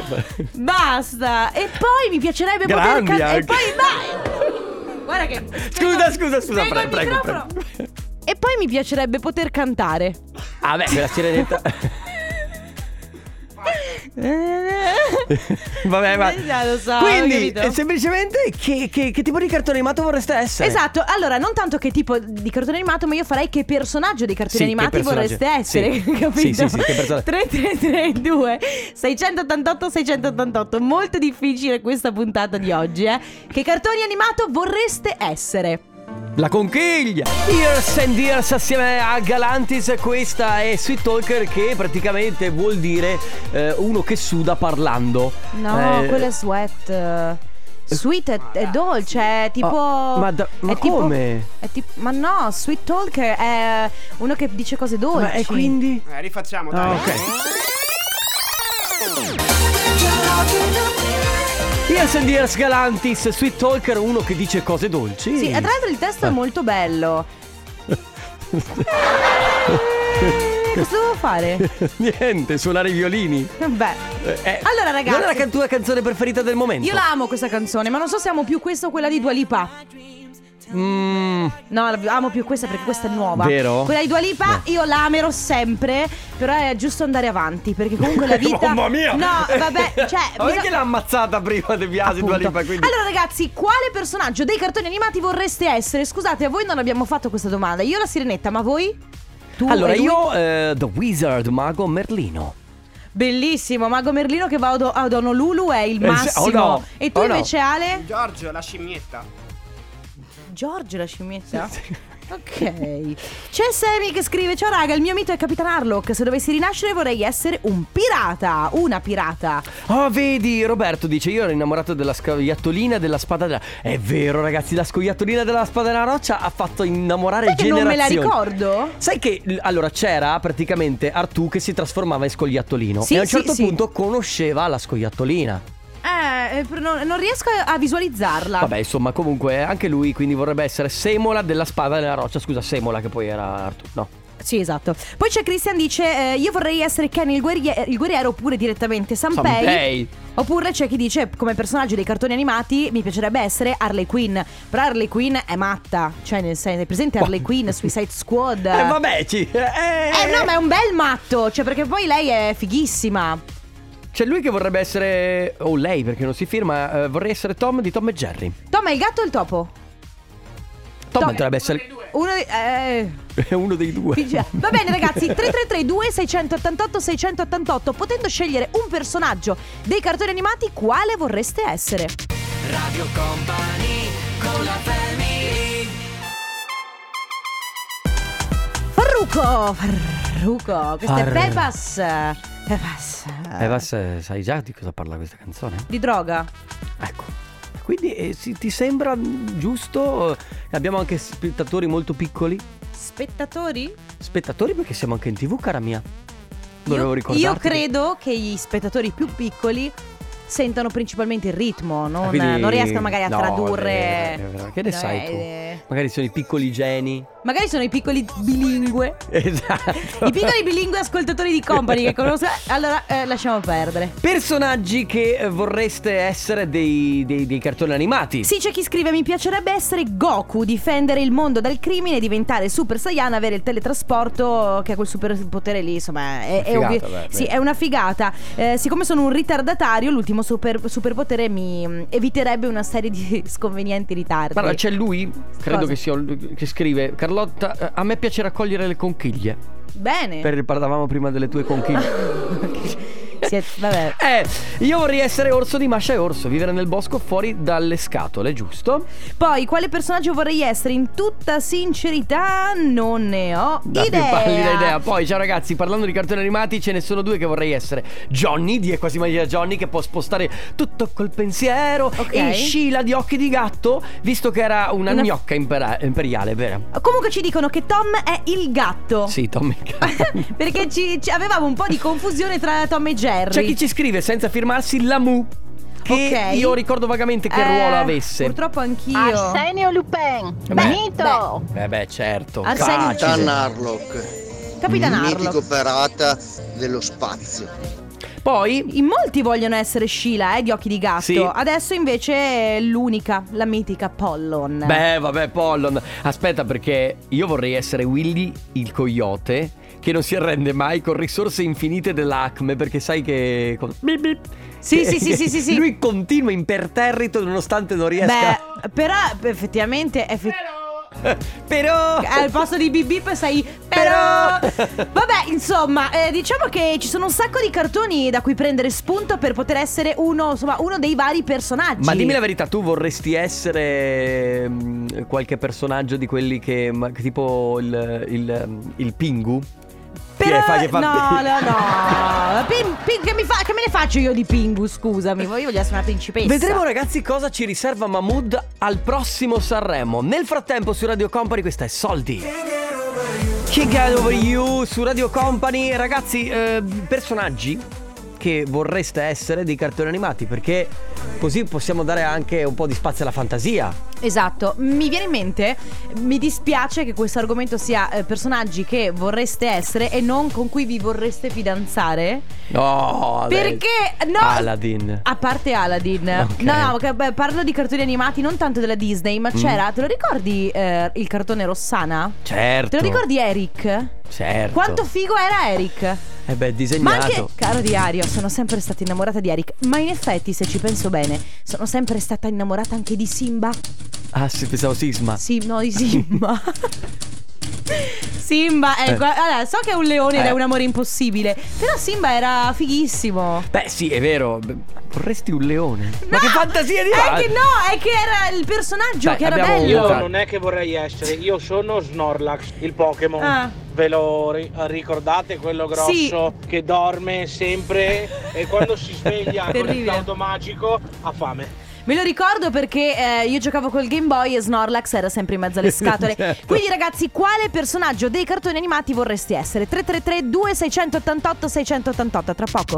[SPEAKER 2] ma-
[SPEAKER 1] Basta! E poi mi piacerebbe
[SPEAKER 2] Grandi
[SPEAKER 1] poter... ca-
[SPEAKER 2] anche.
[SPEAKER 1] E poi... Ma... Guarda che...
[SPEAKER 2] Scusa, scusa, scusa,
[SPEAKER 1] Tengo il
[SPEAKER 2] prego, prego,
[SPEAKER 1] microfono.
[SPEAKER 2] prego.
[SPEAKER 1] E poi mi piacerebbe poter cantare.
[SPEAKER 2] Ah beh, quella sirenetta. Vabbè, ma...
[SPEAKER 1] Eh, lo so,
[SPEAKER 2] Quindi,
[SPEAKER 1] capito?
[SPEAKER 2] eh, cioè. semplicemente, che, che- che tipo di cartone animato vorreste essere?
[SPEAKER 1] Esatto, allora non tanto che tipo di cartone animato, ma io farei che personaggio dei cartoni
[SPEAKER 2] Sì, che
[SPEAKER 1] animati
[SPEAKER 2] personaggio.
[SPEAKER 1] vorreste essere,
[SPEAKER 2] Sì.
[SPEAKER 1] capito?
[SPEAKER 2] Sì, sì, sì, che personaggio.
[SPEAKER 1] 3332 688 688, molto difficile questa puntata di oggi, eh. Che cartoni animato vorreste essere?
[SPEAKER 2] La conchiglia! Years and Years assieme a Galantis, questa è Sweet Talker che praticamente vuol dire eh, uno che suda parlando.
[SPEAKER 1] No,
[SPEAKER 2] Eh,
[SPEAKER 1] quello è sweat. eh, Sweet è, è dolce, è tipo.
[SPEAKER 2] Oh, ma da- ma
[SPEAKER 1] è tipo-
[SPEAKER 2] come?
[SPEAKER 1] è tipo- ma no, sweet talk è uno che dice cose dolci.
[SPEAKER 2] Ma e quindi?
[SPEAKER 13] Eh, rifacciamo, dai.
[SPEAKER 2] Ah, ok. Years and Years Galantis, Sweet Talker, uno che dice cose dolci.
[SPEAKER 1] Sì, e tra l'altro il
[SPEAKER 2] Eh.
[SPEAKER 1] testo è molto bello. Eh, Cosa devo fare?
[SPEAKER 2] Niente, suonare i violini.
[SPEAKER 1] Vabbè.
[SPEAKER 2] Eh, eh,
[SPEAKER 1] Allora, ragazzi.
[SPEAKER 2] Non è la can- tua canzone preferita del momento.
[SPEAKER 1] Io la amo questa canzone, ma non so se amo più questa o quella di Dua Lipa.
[SPEAKER 2] Mm,
[SPEAKER 1] No, la- amo più questa perché questa è nuova.
[SPEAKER 2] Vero? Eh.
[SPEAKER 1] Quella di Dua Lipa io la amerò sempre, però è giusto andare avanti perché comunque la vita
[SPEAKER 2] Mamma mia!
[SPEAKER 1] No, vabbè, cioè
[SPEAKER 2] Ma
[SPEAKER 1] bisog-
[SPEAKER 2] perché l'ha ammazzata prima De Biasi Dua
[SPEAKER 1] Appunto.
[SPEAKER 2] Lipa, quindi...
[SPEAKER 1] Allora ragazzi, quale personaggio dei cartoni animati vorreste essere? Scusate, a voi non abbiamo fatto questa domanda. Io la sirenetta, ma voi? Tu
[SPEAKER 2] Allora,
[SPEAKER 1] e lui?
[SPEAKER 2] io eh, The Wizard Mago Merlino.
[SPEAKER 1] Bellissimo, Mago Merlino che va ad, ad Honolulu è il
[SPEAKER 2] Eh,
[SPEAKER 1] massimo.
[SPEAKER 2] se- oh no,
[SPEAKER 1] E tu
[SPEAKER 2] oh no.
[SPEAKER 1] invece Ale?
[SPEAKER 13] Giorgio, la scimmietta.
[SPEAKER 1] Giorgio la scimmietta? Ok. C'è Sammy che scrive: Ciao raga, il mio mito è Capitan Harlock. Se dovessi rinascere vorrei essere un pirata. Una pirata.
[SPEAKER 2] Oh, vedi, Roberto dice: Io ero innamorato della scoiattolina e della spada della. È vero, ragazzi, la scoiattolina della spada della roccia ha fatto innamorare
[SPEAKER 1] Sai che non me la
[SPEAKER 2] generazioni.
[SPEAKER 1] ricordo?
[SPEAKER 2] Sai che l- allora c'era praticamente Artù che si trasformava in scoiattolino
[SPEAKER 1] Sì,
[SPEAKER 2] e a un
[SPEAKER 1] sì,
[SPEAKER 2] certo
[SPEAKER 1] sì.
[SPEAKER 2] punto conosceva la scoiattolina.
[SPEAKER 1] Eh, eh, per- non, non riesco a a visualizzarla.
[SPEAKER 2] Vabbè, insomma, comunque eh, anche lui quindi vorrebbe essere Semola della spada della roccia. Scusa, Semola che poi era Artù. No.
[SPEAKER 1] Sì, esatto. Poi c'è Christian dice: eh, Io vorrei essere Kenny il, guerrie- il guerriero oppure direttamente Sanpei.
[SPEAKER 2] Sanpei.
[SPEAKER 1] Oppure c'è chi dice: Come personaggio dei cartoni animati mi piacerebbe essere Harley Quinn. Però Harley Quinn è matta. Cioè, nel senso, è presente Harley Quinn, Suicide Squad.
[SPEAKER 2] Eh, vabbè, ci. Eh,
[SPEAKER 1] Eh no, ma è un bel matto, cioè perché poi lei è fighissima.
[SPEAKER 2] C'è lui che vorrebbe essere. O lei perché non si firma. eh, vorrei essere Tom di Tom e Jerry.
[SPEAKER 1] Tom è il gatto o il topo?
[SPEAKER 2] Tom
[SPEAKER 1] Tom-
[SPEAKER 2] potrebbe essere.
[SPEAKER 1] Uno di- eh,
[SPEAKER 2] È uno dei due.
[SPEAKER 1] figia- Va bene ragazzi, 3332 688 688, potendo scegliere un personaggio dei cartoni animati, quale vorreste essere?
[SPEAKER 3] Radio Company con la family
[SPEAKER 1] Farruco, Farruco, questo è
[SPEAKER 2] Far-
[SPEAKER 1] Pepas. Pepas.
[SPEAKER 2] Eh, Vas, eh, sai già di cosa parla questa canzone?
[SPEAKER 1] Di droga.
[SPEAKER 2] Ecco. Quindi eh, sì, ti sembra mm, giusto? Abbiamo anche spettatori molto piccoli.
[SPEAKER 1] Spettatori?
[SPEAKER 2] Spettatori perché siamo anche in tv, cara mia. Volevo
[SPEAKER 1] Io-
[SPEAKER 2] ricordarti
[SPEAKER 1] Io
[SPEAKER 2] che-
[SPEAKER 1] credo che gli spettatori più piccoli sentano principalmente il ritmo, non,
[SPEAKER 2] Ah, Quindi-
[SPEAKER 1] non riescano magari a
[SPEAKER 2] Oh, No,
[SPEAKER 1] tradurre.
[SPEAKER 2] è vero, che ne
[SPEAKER 1] No,
[SPEAKER 2] sai
[SPEAKER 1] eh,
[SPEAKER 2] tu?
[SPEAKER 1] eh.
[SPEAKER 2] Magari sono i piccoli geni.
[SPEAKER 1] Magari sono i piccoli bilingue.
[SPEAKER 2] Esatto.
[SPEAKER 1] I piccoli bilingue ascoltatori di company che conosco. Allora, eh, lasciamo perdere.
[SPEAKER 2] Personaggi che eh, vorreste essere dei, dei- dei cartoni animati.
[SPEAKER 1] Sì, c'è chi scrive: Mi piacerebbe essere Goku, difendere il mondo dal crimine, diventare Super Saiyan, avere il teletrasporto, che è quel superpotere lì. Insomma, è, è
[SPEAKER 2] Figata,
[SPEAKER 1] ovvio.
[SPEAKER 2] beh,
[SPEAKER 1] sì,
[SPEAKER 2] beh.
[SPEAKER 1] è una figata. Eh, siccome sono un ritardatario, l'ultimo super- superpotere mi mm, eviterebbe una serie di sconvenienti ritardi.
[SPEAKER 2] Guarda, c'è lui, credo
[SPEAKER 1] Cosa?
[SPEAKER 2] che sia lui, che scrive Carlotta, eh, a me piace raccogliere le conchiglie.
[SPEAKER 1] Bene.
[SPEAKER 2] Per, parlavamo prima delle tue conchiglie.
[SPEAKER 1] Si è- vabbè.
[SPEAKER 2] Eh, io vorrei essere orso di Masha e Orso, vivere nel bosco fuori dalle scatole, giusto?
[SPEAKER 1] Poi, quale personaggio vorrei essere? In tutta sincerità, non ne ho
[SPEAKER 2] Da
[SPEAKER 1] idea.
[SPEAKER 2] più pallida idea. Poi, ciao ragazzi, parlando di cartoni animati, ce ne sono due che vorrei essere. Johnny di È quasi magia Johnny, che può spostare tutto col pensiero.
[SPEAKER 1] Ok.
[SPEAKER 2] E Sheila di Occhi di Gatto, visto che era una,
[SPEAKER 1] Una-
[SPEAKER 2] gnocca impera- imperiale, vero?
[SPEAKER 1] Comunque ci dicono che Tom è il gatto.
[SPEAKER 2] Sì, Tommy Gatto.
[SPEAKER 1] Perché ci, ci- avevamo un po' di confusione tra Tom e Jerry.
[SPEAKER 2] C'è chi ci scrive senza firmarsi la Mu. Che
[SPEAKER 1] Ok.
[SPEAKER 2] io ricordo vagamente che
[SPEAKER 1] Eh,
[SPEAKER 2] ruolo avesse.
[SPEAKER 1] Purtroppo anch'io.
[SPEAKER 9] Ah, Lupin,
[SPEAKER 2] Beh,
[SPEAKER 9] Benito.
[SPEAKER 2] Eh beh, certo.
[SPEAKER 1] Arsenio
[SPEAKER 2] Facile.
[SPEAKER 1] Cin-
[SPEAKER 12] Harlock,
[SPEAKER 1] Capitan Harlock.
[SPEAKER 12] pirata dello spazio.
[SPEAKER 2] Poi
[SPEAKER 1] In molti vogliono essere Sheila, eh, di occhi di gatto.
[SPEAKER 2] Sì.
[SPEAKER 1] Adesso invece è l'unica, la mitica Pollon.
[SPEAKER 2] Beh, vabbè, Pollon. Aspetta, perché io vorrei essere Willy il coyote. Che non si arrende mai con risorse infinite dell'ACME, perché sai che. Bip, bip.
[SPEAKER 1] Sì,
[SPEAKER 2] Che-
[SPEAKER 1] sì, sì, sì, sì, sì.
[SPEAKER 2] Lui continua imperterrito nonostante non riesca.
[SPEAKER 1] Beh, però effettivamente è fe-
[SPEAKER 2] Però.
[SPEAKER 1] al posto di bip bip sei però Vabbè insomma eh, diciamo che ci sono un sacco di cartoni da cui prendere spunto per poter essere uno insomma uno dei vari personaggi
[SPEAKER 2] Ma dimmi la verità, tu vorresti essere mm, qualche personaggio di quelli che. ma- che tipo il, il, il Pingu?
[SPEAKER 1] Però-
[SPEAKER 2] Che fa- che fa-
[SPEAKER 1] No, no, no. Pin- pin- che, mi fa- che me ne faccio io di Pingu? Scusami, io voglio essere una principessa.
[SPEAKER 2] Vedremo ragazzi cosa ci riserva Mahmood al prossimo Sanremo. Nel frattempo su Radio Company questa è Soldi. King Get Over You su Radio Company. Ragazzi, eh, personaggi che vorreste essere dei cartoni animati perché così possiamo dare anche un po' di spazio alla fantasia.
[SPEAKER 1] Esatto, mi viene in mente, mi dispiace che questo argomento sia eh, personaggi che vorreste essere e non con cui vi vorreste fidanzare.
[SPEAKER 2] No,
[SPEAKER 1] Perché no?
[SPEAKER 2] Aladdin.
[SPEAKER 1] A parte Aladdin,
[SPEAKER 2] Ok. Mm.
[SPEAKER 1] no, no, che- beh, parlo di cartoni animati, non tanto della Disney, ma c'era, te lo ricordi eh, il cartone Rossana?
[SPEAKER 2] Certo.
[SPEAKER 1] Te lo ricordi Eric?
[SPEAKER 2] Certo.
[SPEAKER 1] Quanto figo era Eric?
[SPEAKER 2] Eh beh,
[SPEAKER 1] Ma
[SPEAKER 2] disegnato.
[SPEAKER 1] anche, caro diario, sono sempre stata innamorata di Eric. Ma in effetti, se ci penso bene, sono sempre stata innamorata anche di Simba.
[SPEAKER 2] Ah, sì, pensavo Sisma.
[SPEAKER 1] Sì, no, di Simba. Simba,
[SPEAKER 2] Eh.
[SPEAKER 1] ecco, allora, so che è un leone ed
[SPEAKER 2] Eh.
[SPEAKER 1] è un amore impossibile. Però Simba era fighissimo.
[SPEAKER 2] Beh, sì, è vero. Beh, Vorresti un leone. Ma che
[SPEAKER 1] No!
[SPEAKER 2] fantasia di
[SPEAKER 1] È che no, è che era il personaggio
[SPEAKER 2] Dai,
[SPEAKER 1] che era
[SPEAKER 2] abbiamo
[SPEAKER 1] bello.
[SPEAKER 2] Luca.
[SPEAKER 13] Io non è che vorrei essere, io sono Snorlax, il Pokémon.
[SPEAKER 1] Ah.
[SPEAKER 13] Ve lo ri- ricordate quello grosso che dorme sempre e quando si sveglia con il
[SPEAKER 1] Terribile.
[SPEAKER 13] caudo magico ha fame.
[SPEAKER 1] Me lo ricordo perché eh, io giocavo col Game Boy e Snorlax era sempre in mezzo alle scatole.
[SPEAKER 2] Certo.
[SPEAKER 1] Quindi, ragazzi, quale personaggio dei cartoni animati vorresti essere? 333 2688 688 tra poco.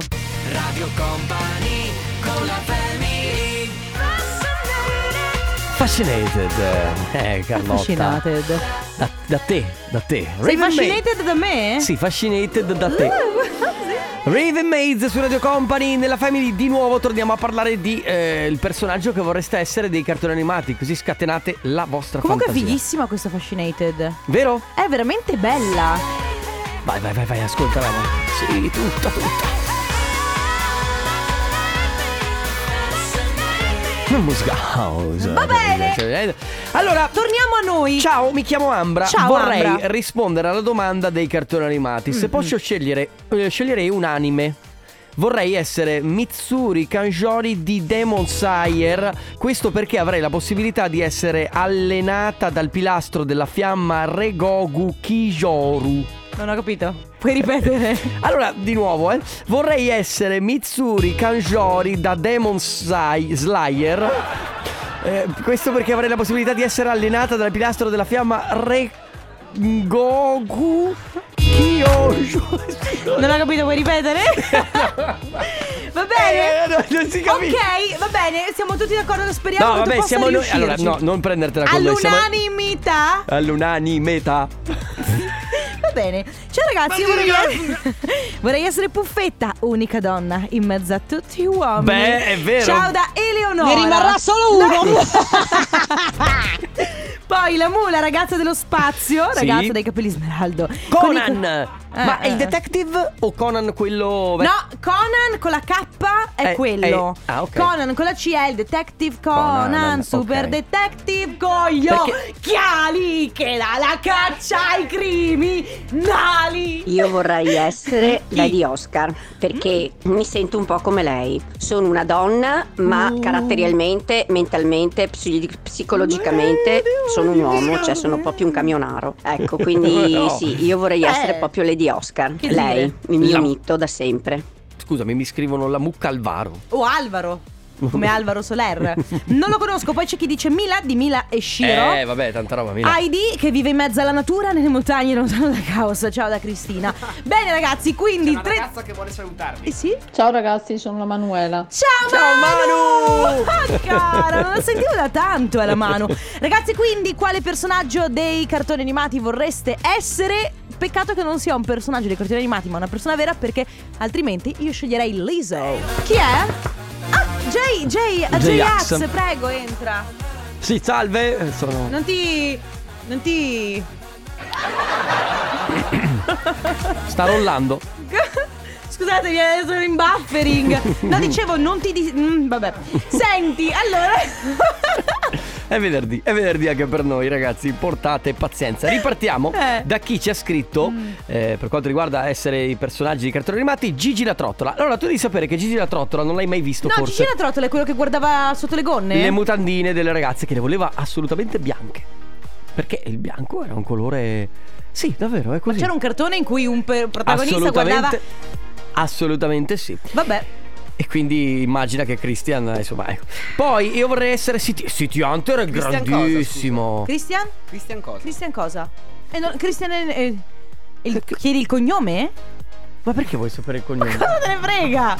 [SPEAKER 2] Fascinated. Eh, Carlotta.
[SPEAKER 1] Fascinated.
[SPEAKER 2] Da, da te, da te.
[SPEAKER 1] Sei
[SPEAKER 2] Raven Maid.
[SPEAKER 1] fascinated eh? Ah. da me?
[SPEAKER 2] Sì, fascinated da te. Raven Maids su Radio Company, nella Family di nuovo torniamo a parlare di eh, il personaggio che vorreste essere dei cartoni animati, così scatenate la vostra
[SPEAKER 1] Comunque è
[SPEAKER 2] fantasia.
[SPEAKER 1] fighissima questa Fascinated.
[SPEAKER 2] Vero?
[SPEAKER 1] È veramente bella.
[SPEAKER 2] Vai, vai, vai, vai, ascolta, vai. vai. Sì, tutta, tutta. Musica house. Cioè, eh,
[SPEAKER 1] Va bene.
[SPEAKER 2] Allora,
[SPEAKER 1] Torniamo a noi.
[SPEAKER 2] Ciao, mi chiamo Ambra.
[SPEAKER 1] Ciao,
[SPEAKER 2] Vorrei
[SPEAKER 1] Ambra. Mm-hmm.
[SPEAKER 2] rispondere alla domanda dei cartoni animati. Se posso scegliere, eh, sceglierei un anime. Vorrei essere Mitsuri Kanjori di Demon Slayer. Questo perché avrei la possibilità di essere allenata dal pilastro della fiamma Regogu Kijoru.
[SPEAKER 1] Non ho capito. Puoi ripetere?
[SPEAKER 2] Allora, di nuovo, eh. Vorrei essere Mitsuri Kanjori da Demon Sai- Slayer. Eh, questo perché avrei la possibilità di essere allenata dal pilastro della fiamma Re. Goku Kyosho.
[SPEAKER 1] Non ho capito, puoi ripetere? Va Va bene?
[SPEAKER 2] Eh, no, non si capisce.
[SPEAKER 1] Ok, va bene, siamo tutti d'accordo. Speriamo
[SPEAKER 2] no,
[SPEAKER 1] che tu
[SPEAKER 2] vabbè,
[SPEAKER 1] possa
[SPEAKER 2] siamo noi.
[SPEAKER 1] riuscirci.
[SPEAKER 2] Allora, no, non prendertela con noi. Siamo
[SPEAKER 1] All'unanimità.
[SPEAKER 2] all'unanimità.
[SPEAKER 1] Va bene. Ciao ragazzi, io vorrei, vorrei essere puffetta, unica donna in mezzo a tutti gli uomini.
[SPEAKER 2] Beh, è vero.
[SPEAKER 1] Ciao da Eleonora.
[SPEAKER 14] Ne rimarrà solo uno.
[SPEAKER 1] Poi la mula, ragazza dello spazio,
[SPEAKER 2] Sì.
[SPEAKER 1] ragazza dai capelli smeraldo.
[SPEAKER 2] Conan!
[SPEAKER 1] Con i-
[SPEAKER 2] Ma
[SPEAKER 1] Eh,
[SPEAKER 2] è il
[SPEAKER 1] eh.
[SPEAKER 2] detective o Conan quello.
[SPEAKER 1] No, Conan con la K è
[SPEAKER 2] Eh,
[SPEAKER 1] quello.
[SPEAKER 2] eh, ah, ok.
[SPEAKER 1] Conan con la C è il detective Conan,
[SPEAKER 2] Conan,
[SPEAKER 1] super
[SPEAKER 2] ok.
[SPEAKER 1] detective con gli
[SPEAKER 2] Perché-
[SPEAKER 1] occhiali che dà la caccia ai criminali.
[SPEAKER 15] Io vorrei essere
[SPEAKER 1] Chi?
[SPEAKER 15] lei di Oscar perché
[SPEAKER 1] Mm.
[SPEAKER 15] mi sento un po' come lei. Sono una donna, ma
[SPEAKER 1] Mm.
[SPEAKER 15] caratterialmente, mentalmente, psi- psicologicamente sono un uomo, cioè sono proprio un camionaro. Ecco, quindi
[SPEAKER 2] No.
[SPEAKER 15] sì, io vorrei
[SPEAKER 2] Eh.
[SPEAKER 15] essere proprio lei di Oscar.
[SPEAKER 1] Che
[SPEAKER 15] lei,
[SPEAKER 1] dire?
[SPEAKER 15] il mio
[SPEAKER 2] La-
[SPEAKER 15] mito da sempre.
[SPEAKER 2] Scusami, mi scrivono la mucca al varo.
[SPEAKER 1] O Oh, Alvaro. Come Alvaro Soler. Non lo conosco, poi c'è chi dice Mila di Mila e Shiro.
[SPEAKER 2] Eh, vabbè, tanta roba. Mila.
[SPEAKER 1] Heidi che vive in mezzo alla natura nelle montagne lontano dal caos. Ciao da Cristina. Bene ragazzi, quindi
[SPEAKER 16] Una
[SPEAKER 1] tre-
[SPEAKER 16] ragazza che vuole salutarvi.
[SPEAKER 1] Eh sì?
[SPEAKER 14] Ciao ragazzi, sono la Manuela.
[SPEAKER 1] Ciao,
[SPEAKER 14] Ciao,
[SPEAKER 1] Manu! Ah, cara, non la sentivo da tanto è la Manu. Ragazzi, quindi quale personaggio dei cartoni animati vorreste essere? Peccato che non sia un personaggio dei cartoni animati, ma una persona vera perché altrimenti io sceglierei Lizzo. Chi è? Ah, J, J,
[SPEAKER 2] J-Ax.
[SPEAKER 1] J-Ax, prego, entra.
[SPEAKER 2] Sì, salve. eh, Sono.
[SPEAKER 1] Non ti non ti
[SPEAKER 2] Sta rollando.
[SPEAKER 1] Scusate, mi è sono in buffering. No, dicevo, non ti dis- mm, vabbè. Senti, allora
[SPEAKER 2] È venerdì, è venerdì anche per noi, ragazzi. Portate pazienza. Ripartiamo
[SPEAKER 1] Eh. Mm.
[SPEAKER 2] da chi ci ha scritto, eh, per quanto riguarda essere i personaggi di cartoni animati, Gigi la Trottola. Allora, tu devi sapere che Gigi la Trottola non l'hai mai visto,
[SPEAKER 1] No,
[SPEAKER 2] forse.
[SPEAKER 1] Gigi la eh. Trottola è quello che guardava sotto le gonne?
[SPEAKER 2] Le mutandine delle ragazze che le voleva assolutamente bianche. Perché il bianco era un colore. Sì, davvero, è così.
[SPEAKER 1] C'era un cartone in cui un per- protagonista guardava...
[SPEAKER 2] assolutamente, assolutamente sì.
[SPEAKER 1] Vabbè,
[SPEAKER 2] E quindi immagina che Christian, insomma, ecco. Poi io vorrei essere City, City Hunter è
[SPEAKER 16] Christian cosa,
[SPEAKER 2] grandissimo.
[SPEAKER 1] Christian?
[SPEAKER 16] Cristian cosa?
[SPEAKER 1] Christian cosa? Eh, no, Christian è... è- il- chiedi il cognome?
[SPEAKER 2] Ma perché vuoi sapere il cognome?
[SPEAKER 1] Cosa te ne frega?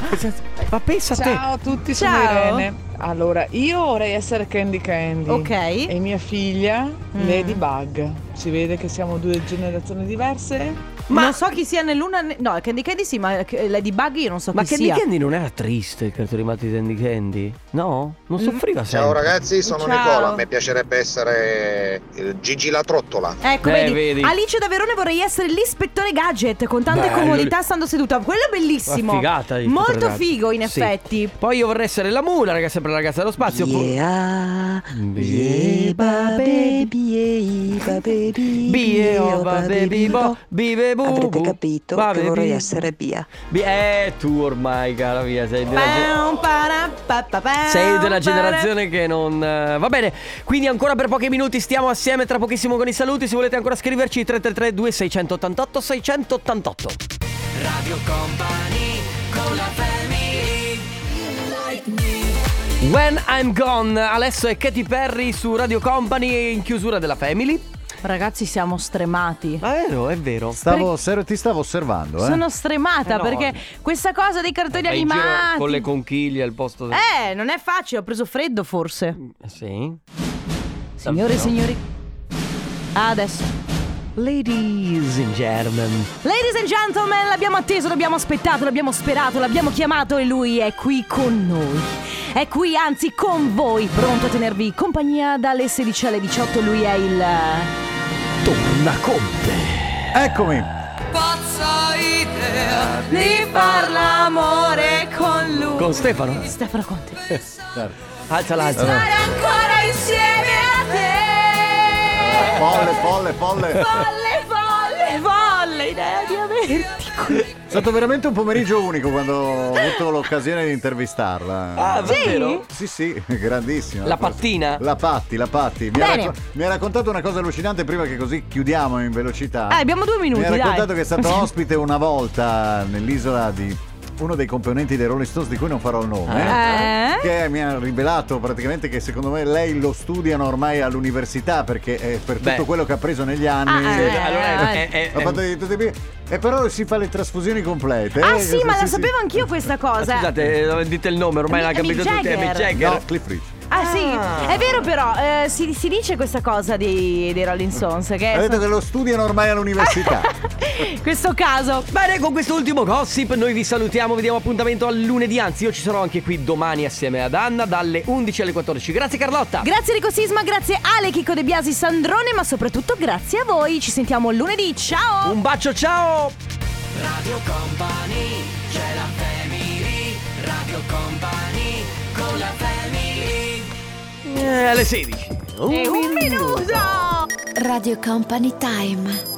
[SPEAKER 2] Ma pensa
[SPEAKER 1] te.
[SPEAKER 17] Ciao a tutti, sono
[SPEAKER 1] Ciao.
[SPEAKER 17] Irene. Allora, io vorrei essere Candy Candy.
[SPEAKER 1] Ok.
[SPEAKER 2] Eh,
[SPEAKER 17] E mia figlia Ladybug. Si vede che siamo due generazioni diverse.
[SPEAKER 1] Ma non so chi sia nell'una... né- No, Candy Candy sì, ma eh, Ladybug io non so
[SPEAKER 2] Ma
[SPEAKER 1] chi
[SPEAKER 2] Candy
[SPEAKER 1] sia.
[SPEAKER 2] Candy non era triste il cartone animato di Candy Candy? No? Non
[SPEAKER 1] Mm.
[SPEAKER 2] soffriva sempre.
[SPEAKER 12] Ciao ragazzi, sono
[SPEAKER 1] Ciao.
[SPEAKER 12] Nicola. A me piacerebbe essere eh, Gigi la trottola.
[SPEAKER 1] Ecco, vedi. Alice da Verone vorrei essere l'ispettore gadget con tante
[SPEAKER 2] Bello.
[SPEAKER 1] comodità stando seduta. Quello è bellissimo.
[SPEAKER 2] Ma figata di
[SPEAKER 1] Molto
[SPEAKER 2] fotografia.
[SPEAKER 1] figo in
[SPEAKER 2] Sì.
[SPEAKER 1] effetti.
[SPEAKER 2] Poi io vorrei essere la mula, ragazzi, sempre la ragazza dello spazio.
[SPEAKER 18] ah,
[SPEAKER 2] Yeah.
[SPEAKER 18] baby, baby,
[SPEAKER 2] Bio, oh, ba, baby, bo, bive, bu,
[SPEAKER 18] Avrete
[SPEAKER 2] bu,
[SPEAKER 18] capito
[SPEAKER 2] ba,
[SPEAKER 18] che
[SPEAKER 2] baby,
[SPEAKER 18] vorrei
[SPEAKER 2] bu.
[SPEAKER 18] essere via.
[SPEAKER 2] Bi- eh, tu ormai, cara mia, sei della, ge-
[SPEAKER 1] Pam, para, pa, pa, pam,
[SPEAKER 2] sei della
[SPEAKER 1] para.
[SPEAKER 2] generazione che non... eh, Va bene, quindi ancora per pochi minuti stiamo assieme, tra pochissimo con i saluti. Se volete ancora scriverci, 333-2688-688.
[SPEAKER 3] Radio Company con la family
[SPEAKER 2] When I'm Gone, Alessio e Katy Perry su Radio Company in chiusura della Family.
[SPEAKER 1] Ragazzi, siamo stremati.
[SPEAKER 2] Ma è vero, è vero.
[SPEAKER 19] Stavo, ser- ti stavo osservando, eh.
[SPEAKER 1] Sono stremata
[SPEAKER 19] Eh no,
[SPEAKER 1] perché
[SPEAKER 19] vabbè.
[SPEAKER 1] questa cosa dei cartoni
[SPEAKER 2] Vai in giro
[SPEAKER 1] animati.
[SPEAKER 2] con le conchiglie al posto del...
[SPEAKER 1] Eh, non è facile, ho preso freddo forse.
[SPEAKER 2] Eh. Sì.
[SPEAKER 1] Signore e
[SPEAKER 2] Mm, Davvero?
[SPEAKER 1] signori. Adesso.
[SPEAKER 2] Ladies and gentlemen.
[SPEAKER 1] Ladies and gentlemen, l'abbiamo atteso, l'abbiamo aspettato, l'abbiamo sperato, l'abbiamo chiamato e lui è qui con noi. È qui, anzi, con voi, pronto a tenervi compagnia dalle 16 alle 18. Lui è il.
[SPEAKER 2] Torna Conte.
[SPEAKER 19] Eccomi.
[SPEAKER 3] Pazza idea
[SPEAKER 1] Di far l'amore con lui.
[SPEAKER 2] Con Stefano?
[SPEAKER 1] Stefano Conte.
[SPEAKER 2] Alza l'alza.
[SPEAKER 3] ancora insieme a te
[SPEAKER 19] Folle, folle, folle.
[SPEAKER 3] Folle,
[SPEAKER 1] folle, folle idea di averti qui
[SPEAKER 19] È stato veramente un pomeriggio unico quando ho avuto l'occasione di intervistarla.
[SPEAKER 2] Ah, davvero?
[SPEAKER 19] Sì, sì, Eh, grandissima.
[SPEAKER 2] La pattina?
[SPEAKER 19] La patti, la patti. Mi, ha
[SPEAKER 1] Bene.
[SPEAKER 19] racco- mi ha raccontato una cosa allucinante prima che così chiudiamo in velocità.
[SPEAKER 1] Eh, abbiamo due minuti,
[SPEAKER 19] Mi ha raccontato
[SPEAKER 1] dai.
[SPEAKER 19] che è stato ospite una volta nell'isola di uno dei componenti dei Rolling Stones di cui non farò il nome,
[SPEAKER 1] Eh?
[SPEAKER 19] che mi ha rivelato praticamente che secondo me lei lo studiano ormai all'università perché eh, per tutto
[SPEAKER 2] Beh.
[SPEAKER 19] quello che ha preso negli anni...
[SPEAKER 1] Ah, eh, Sì, allora
[SPEAKER 2] eh, eh,
[SPEAKER 19] ha
[SPEAKER 2] eh.
[SPEAKER 19] fatto di tutti i tipi. E però si fa le trasfusioni complete.
[SPEAKER 1] Ah
[SPEAKER 19] eh,
[SPEAKER 1] sì, ma la
[SPEAKER 19] sì. Ah,
[SPEAKER 1] sapevo anch'io questa cosa.
[SPEAKER 2] Scusate, eh, dite il nome, ormai l'ha
[SPEAKER 1] Mick
[SPEAKER 2] capito tutti. È Mick
[SPEAKER 1] Jagger.
[SPEAKER 2] Jagger.
[SPEAKER 19] No, Cliff Richard.
[SPEAKER 1] Ah sì, è vero però, eh, si, si dice questa cosa dei, dei Rolling Stones che
[SPEAKER 19] Ha detto
[SPEAKER 1] sono-
[SPEAKER 19] che lo studiano ormai all'università.
[SPEAKER 1] questo caso.
[SPEAKER 2] Bene, con quest'ultimo gossip noi vi salutiamo, vi diamo appuntamento al lunedì, anzi io ci sarò anche qui domani assieme ad Anna dalle 11 alle 14. Grazie Carlotta!
[SPEAKER 1] Grazie Rico Sisma, grazie Ale, Chico De Biasi, Sandrone, ma soprattutto grazie a voi. Ci sentiamo lunedì, ciao!
[SPEAKER 2] Un bacio, ciao!
[SPEAKER 3] Radio Company, c'è la family, Radio Company, con la family.
[SPEAKER 2] Eh, alle 16.
[SPEAKER 1] E un minuto!
[SPEAKER 11] Radio Company Time